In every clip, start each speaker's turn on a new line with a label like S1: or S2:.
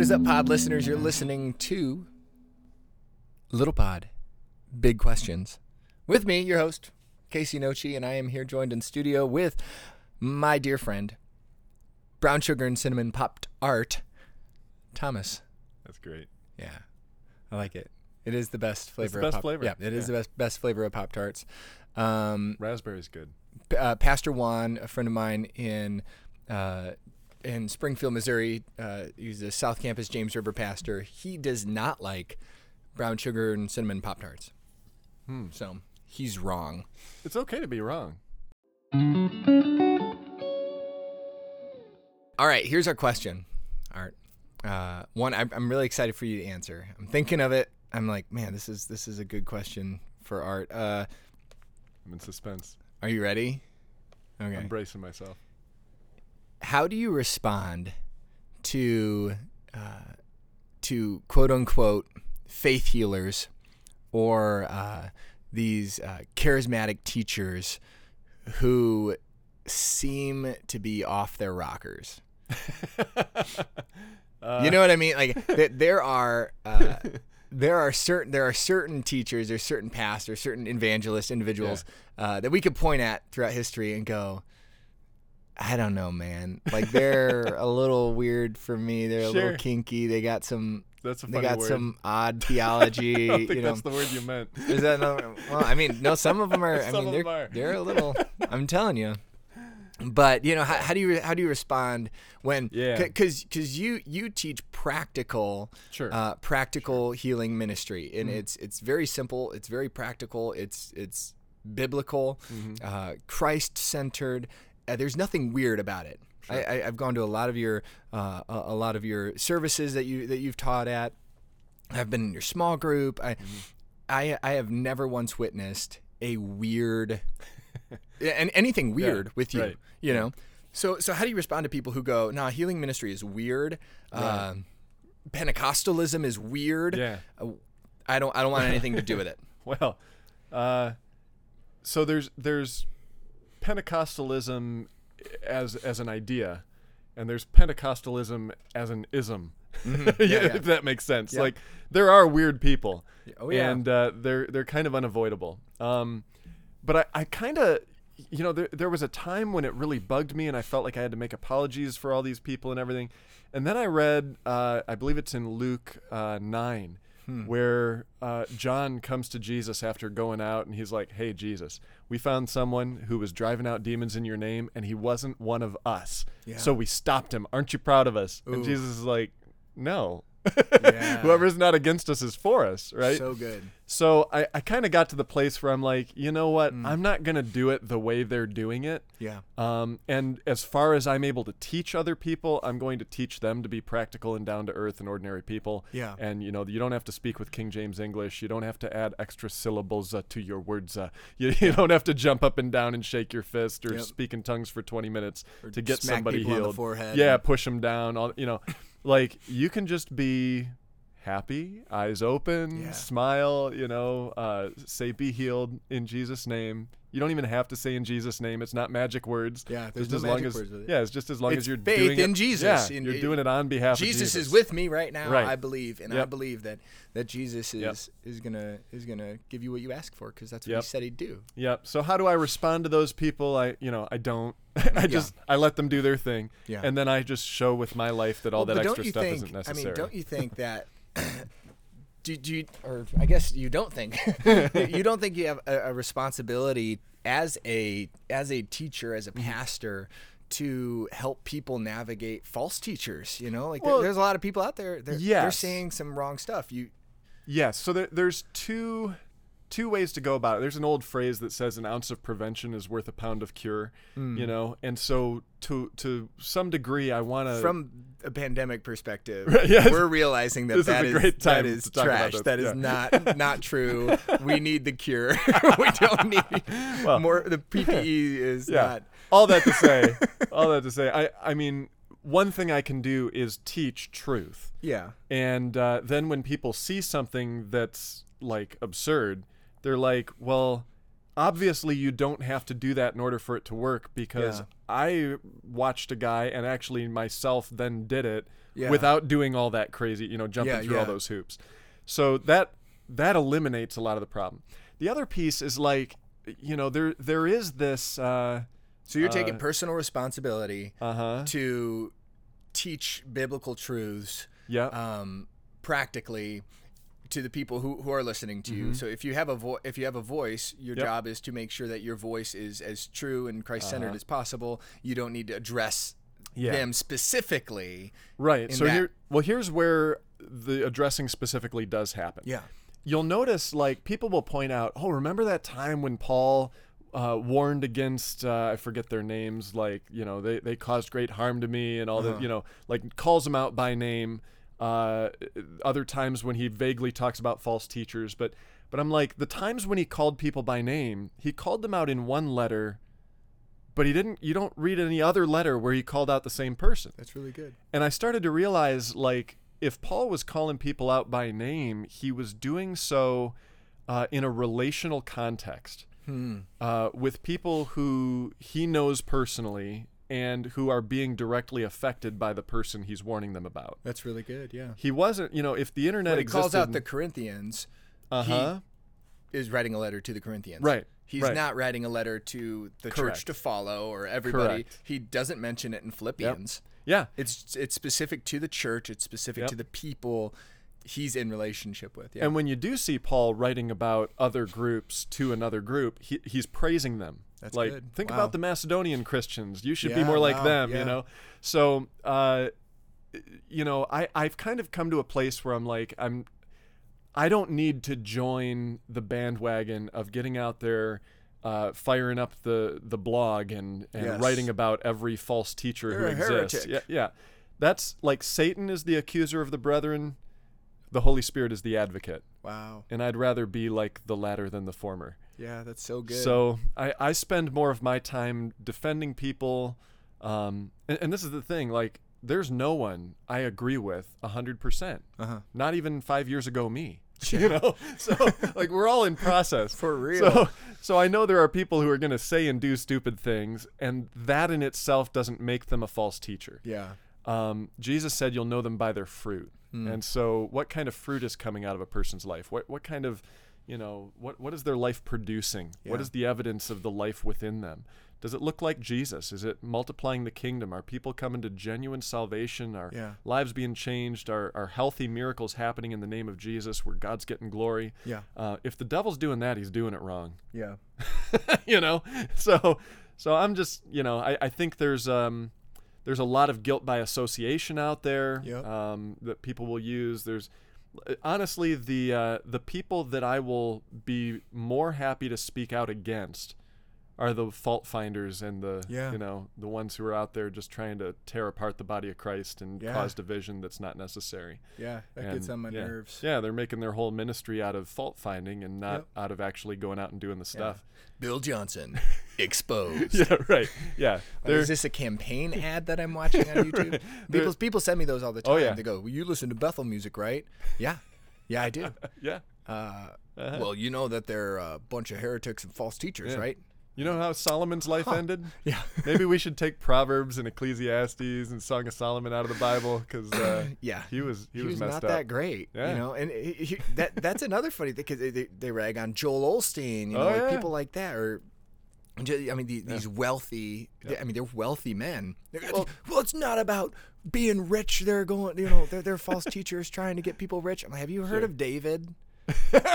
S1: is up, pod listeners? You're listening to Little Pod, Big Questions. With me, your host, Casey Nochi, and I am here joined in studio with my dear friend, brown sugar and cinnamon popped art, Thomas.
S2: That's great.
S1: Yeah, I like it. It is the best flavor.
S2: the
S1: of
S2: best
S1: Pop-
S2: flavor.
S1: Yeah, it is
S2: Yeah.
S1: the best best flavor of Pop Tarts. Um,
S2: Raspberry's good.
S1: p- uh, Pastor Juan, a friend of mine in uh, in Springfield, Missouri, uh, he's a South Campus James River pastor. He does not like brown sugar and cinnamon pop tarts, so he's wrong.
S2: It's okay to be wrong.
S1: All right, here's our question, Art. Uh, one, I'm, I'm really excited for you to answer. I'm thinking of it. I'm like, man, this is this is a good question for Art. Uh,
S2: I'm in suspense.
S1: are you ready? Okay.
S2: I'm bracing myself.
S1: how do you respond to uh, to quote unquote faith healers or uh, these uh, charismatic teachers who seem to be off their rockers?
S2: Uh,
S1: you know what I mean? Like th- there are uh, there are certain there are certain teachers, there's certain pastors, certain evangelist individuals uh, that we could point at throughout history and go, I don't know, man. Like they're a little weird for me. They're a
S2: Sure.
S1: little kinky. They got some
S2: That's a
S1: they
S2: funny
S1: got
S2: word.
S1: some odd
S2: I
S1: theology.
S2: don't think
S1: you know.
S2: that's the word you meant.
S1: Is that another? Well, I mean, no. Some of them are. I mean,
S2: Some of
S1: they're,
S2: them are.
S1: they're a little. I'm telling you. But you know, how, how do you how do you respond when?
S2: Yeah.
S1: Because because you you teach practical.
S2: Sure. Mm-hmm.
S1: Uh, practical healing ministry, and it's it's very simple. It's very practical. It's it's biblical,
S2: Mm-hmm.
S1: uh, Christ centered. Uh, there's nothing weird about it. I, I, I've gone to a lot of your uh, a, a lot of your services that you that you've taught at. I've been in your small group. I,
S2: Mm-hmm.
S1: I, I have never once witnessed a weird, and anything weird with you.
S2: right.
S1: You know, so so how do you respond to people who go, "Nah, healing ministry is weird. Um, Pentecostalism is weird.
S2: Yeah.
S1: Uh, I don't I don't want anything to do with it."
S2: well, uh, so there's there's Pentecostalism as as an idea, and there's Pentecostalism as an ism.
S1: Mm-hmm. Yeah, yeah.
S2: If that makes sense. Like there are weird people,
S1: oh, yeah.
S2: and uh, they're they're kind of unavoidable. Um, but I, I kind of you know there, there was a time when it really bugged me and i felt like i had to make apologies for all these people and everything and then i read uh, i believe it's in luke uh, 9 where uh, john comes to jesus after going out and he's like hey jesus we found someone who was driving out demons in your name and he wasn't one of us so we stopped him aren't you proud of us and jesus is like no
S1: Yeah.
S2: whoever's not against us is for us right
S1: Uh. So good.
S2: so I, I kind of got to the place where I'm like, you know what? I'm not going to do it the way they're doing it.
S1: Mm. Yeah.
S2: Um, and as far as I'm able to teach other people, I'm going to teach them to be practical and down to earth and ordinary people.
S1: Yeah.
S2: And, you know, you don't have to speak with King James English. You don't have to add extra syllables uh, to your words. Uh, you, you don't have to jump up and down and shake your fist or
S1: Yep.
S2: speak in tongues for 20 minutes to get
S1: smack
S2: somebody
S1: people on
S2: healed.
S1: the forehead
S2: Yeah,
S1: and-
S2: push them down. All, you know, like you can just be happy, eyes open,
S1: Yeah.
S2: smile, you know, uh, say be healed in Jesus' name. You don't even have to say in Jesus' name. It's not magic words.
S1: Yeah, there's
S2: Just
S1: no
S2: as long
S1: magic
S2: as-
S1: words with it.
S2: Yeah, it's just as long
S1: It's
S2: as you're
S1: faith
S2: doing it.
S1: in Jesus,
S2: Yeah,
S1: and
S2: you're
S1: it-
S2: doing it on behalf
S1: Jesus,
S2: of Jesus.
S1: is with me right now.
S2: Right.
S1: I believe, and I
S2: Yep.
S1: believe that that Jesus is
S2: Yep.
S1: is gonna is gonna give you what you ask for because that's what
S2: Yep.
S1: he said he'd do.
S2: Yep. So how do I respond to those people? I, you know, I don't. I just I let them do their thing,
S1: Yeah.
S2: and then I just show with my life that all
S1: Well,
S2: that
S1: but
S2: extra stuff
S1: think,
S2: isn't necessary.
S1: I mean, don't you think that? do, do you, or I guess you don't think you don't think you have a, a responsibility as a as a teacher as a
S2: Mm-hmm.
S1: pastor to help people navigate false teachers. You know, like there-
S2: Well,
S1: there's a lot of people out there. They're, they're
S2: yes.
S1: saying some wrong stuff. You
S2: Yes. So there, there's two two ways to go about it. There's an old phrase that says an ounce of prevention is worth a pound of cure. You know, and so to to some degree, I want to
S1: from a pandemic perspective,
S2: yes.
S1: we're realizing that
S2: This
S1: that
S2: is
S1: is,
S2: a great
S1: that
S2: time
S1: is
S2: to talk about
S1: trash.
S2: this,
S1: That is
S2: yeah.
S1: not not true. we need the cure. we don't need more. The PPE is not.
S2: all that to say, all that to say, I I mean, one thing I can do is teach truth.
S1: Yeah.
S2: And uh, then when people see something that's like absurd, they're like, well, obviously you don't have to do that in order for it to work because
S1: Yeah.
S2: I watched a guy and actually myself then did it
S1: Yeah.
S2: without doing all that crazy, you know, jumping
S1: Yeah,
S2: through all
S1: yeah.
S2: those hoops. So that that eliminates a lot of the problem. The other piece is like, you know, there there is this uh
S1: So you're taking personal responsibility
S2: uh-huh.
S1: to teach biblical truths
S2: Yeah.
S1: um, practically to the people who, who are listening to you. So if you have a vo- if you have a voice, your
S2: Yep.
S1: job is to make sure that your voice is as true and Christ centered as possible. You don't need to address
S2: Yeah.
S1: them specifically.
S2: right. So
S1: that-
S2: here well here's where the addressing specifically does happen.
S1: Yeah.
S2: you'll notice like people will point out, oh, remember that time when Paul uh, warned against uh, I forget their names, like you know they they caused great harm to me and all that, you know, like calls them out by name. Uh, other times when he vaguely talks about false teachers, but but I'm like the times when he called people by name, he called them out in one letter, but he didn't. You don't read any other letter where he called out the same person.
S1: That's really good.
S2: And I started to realize, like, if Paul was calling people out by name, he was doing so uh, in a relational context
S1: Hmm.
S2: uh, with people who he knows personally and who are being directly affected by the person he's warning them about.
S1: That's really good. Yeah.
S2: He wasn't, you know, if the internet
S1: When he
S2: existed,
S1: calls out the Corinthians,
S2: uh-huh,
S1: is writing a letter to the Corinthians.
S2: Right,
S1: He's
S2: right.
S1: not writing a letter to the
S2: Correct.
S1: church to follow or everybody.
S2: Correct.
S1: He doesn't mention it in Philippians.
S2: yeah,
S1: It's it's specific to the church. It's specific
S2: Yep.
S1: to the people he's in relationship with. Yeah.
S2: And when you do see Paul writing about other groups to another group, he, he's praising them.
S1: That's
S2: like,
S1: good.
S2: think
S1: Wow.
S2: about the Macedonian Christians. You should be
S1: Yeah,
S2: more like
S1: wow,
S2: them, you
S1: yeah.
S2: know? So, uh, you know, I, I've kind of come to a place where I'm like, I'm, I don't need to join the bandwagon of getting out there, uh, firing up the, the blog and, and
S1: Yes.
S2: writing about every false teacher
S1: You're a
S2: who exists.
S1: heretic.
S2: Yeah, yeah. That's like Satan is the accuser of the brethren, the Holy Spirit is the advocate
S1: wow.
S2: and I'd rather be like the latter than the former.
S1: Yeah, that's so good.
S2: So I, I spend more of my time defending people. Um, and, and this is the thing like, there's no one I agree with 100%.
S1: Uh-huh.
S2: Not even five years ago, me. You know? So, like, we're all in process.
S1: For real.
S2: So, so I know there are people who are going to say and do stupid things, and that in itself doesn't make them a false teacher
S1: yeah.
S2: um, Jesus said, "You'll know them by their fruit."
S1: Hmm.
S2: And so, what kind of fruit is coming out of a person's life? What what kind of, you know, what what is their life producing? What
S1: Yeah.
S2: is the evidence of the life within them? Does it look like Jesus? Is it multiplying the kingdom? Are people coming to genuine salvation? Are
S1: Yeah.
S2: lives being changed? Are are healthy miracles happening in the name of Jesus, where God's getting glory?
S1: Yeah.
S2: Uh, if the devil's doing that, he's doing it wrong
S1: Yeah.
S2: you know so so i'm just you know i, I think there's um there's a lot of guilt by association out there
S1: Yep.
S2: um, that people will use there's honestly the uh, the people that i will be more happy to speak out against are the fault finders and the
S1: Yeah.
S2: you know the ones who are out there just trying to tear apart the body of christ and
S1: Yeah.
S2: cause division that's not necessary
S1: Yeah. That
S2: and
S1: gets on my
S2: yeah.
S1: nerves.
S2: yeah they're making their whole ministry out of fault finding and not out of actually going out and doing the stuff
S1: Bill Johnson exposed.
S2: yeah right yeah
S1: Like,
S2: They're-
S1: is this a campaign ad that I'm watching on YouTube? People people send me those all the time.
S2: Oh, yeah.
S1: They go, well, "You listen to Bethel music, right?" Yeah, yeah, I do.
S2: Yeah.
S1: Uh,
S2: Uh-huh.
S1: Well, you know that they're a bunch of heretics and false teachers, right?
S2: You know how Solomon's life ended?
S1: Yeah.
S2: Maybe we should take Proverbs and Ecclesiastes and Song of Solomon out of the Bible because uh,
S1: Yeah.
S2: he was he,
S1: He
S2: was,
S1: was
S2: messed
S1: not
S2: up.
S1: that great,
S2: Yeah.
S1: you know. And he, he- that that's another funny thing because they, they, they rag on Joel Olstein, you know,
S2: Oh,
S1: like
S2: yeah.
S1: people like that, or ju- I mean, the, these wealthy. I mean, they're wealthy men. They're gonna- Well, it's not about being rich. They're going, you know, they're, they're false teachers trying to get people rich. I'm like, have you heard of David?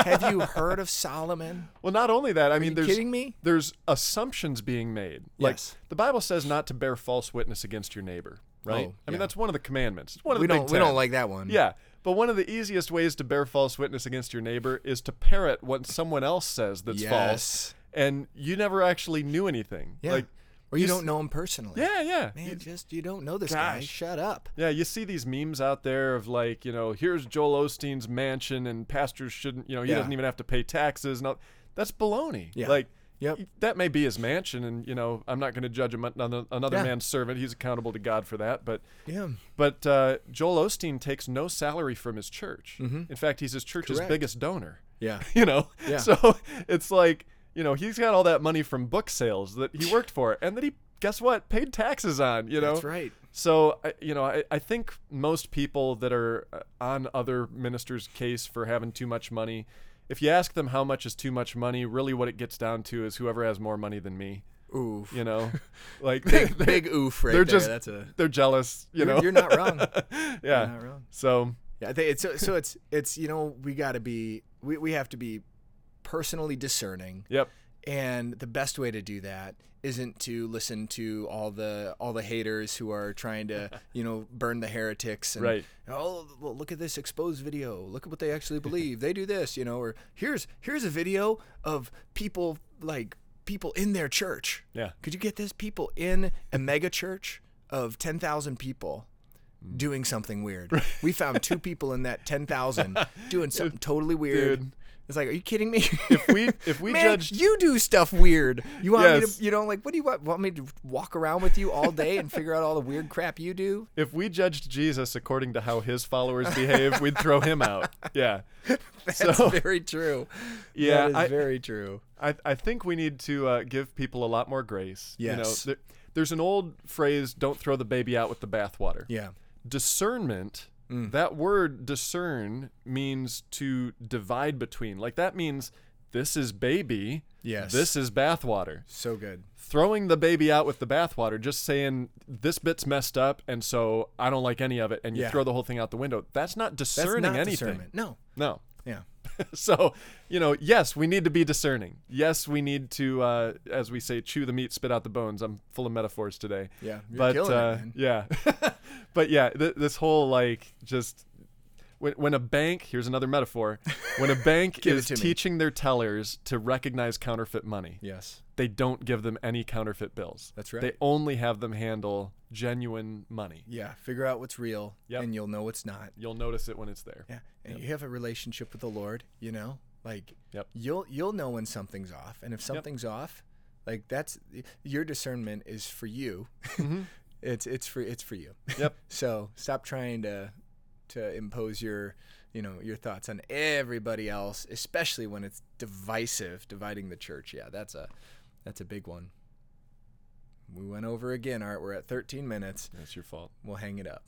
S1: have you heard of Solomon?
S2: Well, not only that, I mean,
S1: you
S2: there's
S1: kidding me?
S2: there's assumptions being made.
S1: Yes.
S2: Like the Bible says not to bear false witness against your neighbor, right?
S1: Oh,
S2: I mean,
S1: yeah.
S2: that's one of the commandments. It's one of
S1: We
S2: the big
S1: don't we don't
S2: Ten.
S1: like that one.
S2: Yeah, but one of the easiest ways to bear false witness against your neighbor is to parrot what someone else says that's false,
S1: Yes.
S2: and you never actually knew anything.
S1: Yeah.
S2: Like,
S1: or you,
S2: you s-
S1: don't know him personally.
S2: yeah, yeah.
S1: Man,
S2: You-
S1: just you don't know this guy.
S2: Gosh.
S1: Shut up.
S2: Yeah, you see these memes out there of like, you know, here's Joel Osteen's mansion and pastors shouldn't, you know, he
S1: Yeah.
S2: doesn't even have to pay taxes and all. That's baloney.
S1: Yeah.
S2: Like,
S1: Yep.
S2: that may be his mansion, and you know, I'm not going to judge him, another, another
S1: Yeah.
S2: man's servant. He's accountable to God for that. But,
S1: Yeah.
S2: but uh, Joel Osteen takes no salary from his church. In fact, he's his church's
S1: Mm-hmm. Correct.
S2: biggest donor
S1: Yeah.
S2: you know
S1: Yeah.
S2: so it's like you know, he's got all that money from book sales that he worked for and that he, guess what, paid taxes on, you know?
S1: That's right.
S2: So, I- you know, I, I think most people that are uh, on other ministers' case for having too much money, if you ask them how much is too much money, really what it gets down to is whoever has more money than me,
S1: Oof.
S2: you know? Like, they,
S1: Big, big oof right
S2: they're
S1: there.
S2: just-
S1: That's a.
S2: are jealous, you know?
S1: You're not wrong. You're
S2: yeah.
S1: not wrong.
S2: So,
S1: Yeah, they, it's, so, so it's it's you know we got to be we, we have to be personally discerning,
S2: yep.
S1: and the best way to do that isn't to listen to all the all the haters who are trying to you know burn the heretics and
S2: Right.
S1: oh well look at this exposed video look at what they actually believe they do this you know or here's here's a video of people like people in their church
S2: Yeah.
S1: could you get this people in a mega church of 10,000 people
S2: Mm.
S1: doing something weird? We found two people in that 10,000 doing something totally weird.
S2: Dude.
S1: It's like, are you kidding me?
S2: If we, if we
S1: Man,
S2: judged
S1: you do stuff weird. You want me
S2: Yes.
S1: to, you know, like, what do you want, want me to walk around with you all day and figure out all the weird crap you do?
S2: if we judged Jesus according to how his followers behave, we'd throw him out. Yeah.
S1: That's
S2: so
S1: very true.
S2: Yeah,
S1: that is
S2: I-
S1: very true.
S2: I, I think we need to uh, give people a lot more grace. You know,
S1: Yes.
S2: there, there's an old phrase, don't throw the baby out with the bathwater.
S1: Yeah, Mm.
S2: Discernment, that word discern means to divide between. Like that means this is baby,
S1: Yes.
S2: this is bathwater.
S1: so good.
S2: Throwing the baby out with the bathwater, just saying this bit's messed up and so I don't like any of it, and you
S1: Yeah.
S2: throw the whole thing out the window. That's not
S1: That's
S2: discerning
S1: not
S2: anything.
S1: discernment. No.
S2: No.
S1: Yeah.
S2: so you know yes we need to be discerning yes we need to uh, as we say chew the meat spit out the bones i'm full of metaphors today
S1: Yeah, you're
S2: but
S1: killing it,
S2: uh,
S1: man.
S2: yeah but yeah th- this whole like just when, when a bank here's another metaphor when a bank
S1: Give it
S2: is
S1: to me.
S2: teaching their tellers to recognize counterfeit money
S1: Yes.
S2: they don't give them any counterfeit bills
S1: That's right.
S2: they only have them handle genuine money
S1: Yeah, figure out what's real
S2: Yep.
S1: and you'll know what's not.
S2: you'll notice it when it's there
S1: Yeah, and you have a relationship with the Lord, you know, like
S2: Yep.
S1: you'll you'll know when something's off, and if something's off, like that's your discernment is for you.
S2: Mm-hmm.
S1: it's it's for it's for you.
S2: Yep.
S1: so stop trying to to impose your you know your thoughts on everybody else, especially when it's divisive, dividing the church. Yeah, that's a that's a big one. We went over again, Art. We're at 13 minutes.
S2: that's your fault
S1: We'll hang it up.